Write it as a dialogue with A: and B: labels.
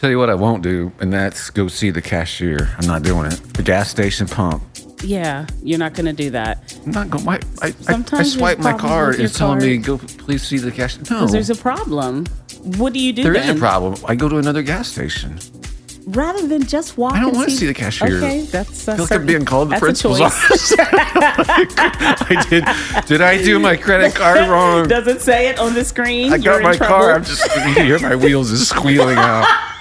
A: Tell you what I won't do, and that's go see the cashier. I'm not doing it. The gas station pump.
B: Yeah, you're not going to do that.
A: I'm not going. My, I, I,
B: Sometimes
A: I
B: there's
A: swipe my
B: problems
A: card.
B: with your
A: It's telling me
B: card.
A: go. Please see the cashier. No,
B: Because there's a problem. What do you do
A: there is
B: then?
A: a problem. I go to another gas station.
B: Rather than just walk
A: I don't
B: and
A: wanna see the cashier.
B: Okay, that's a
A: I feel like I'm being called the
B: that's a
A: principal's
B: choice.
A: office. I did. Did I do my credit card wrong?
B: Does it say it on the screen?
A: I
B: You're
A: got
B: in
A: my
B: trouble.
A: car. I'm just you hear my wheels is squealing out.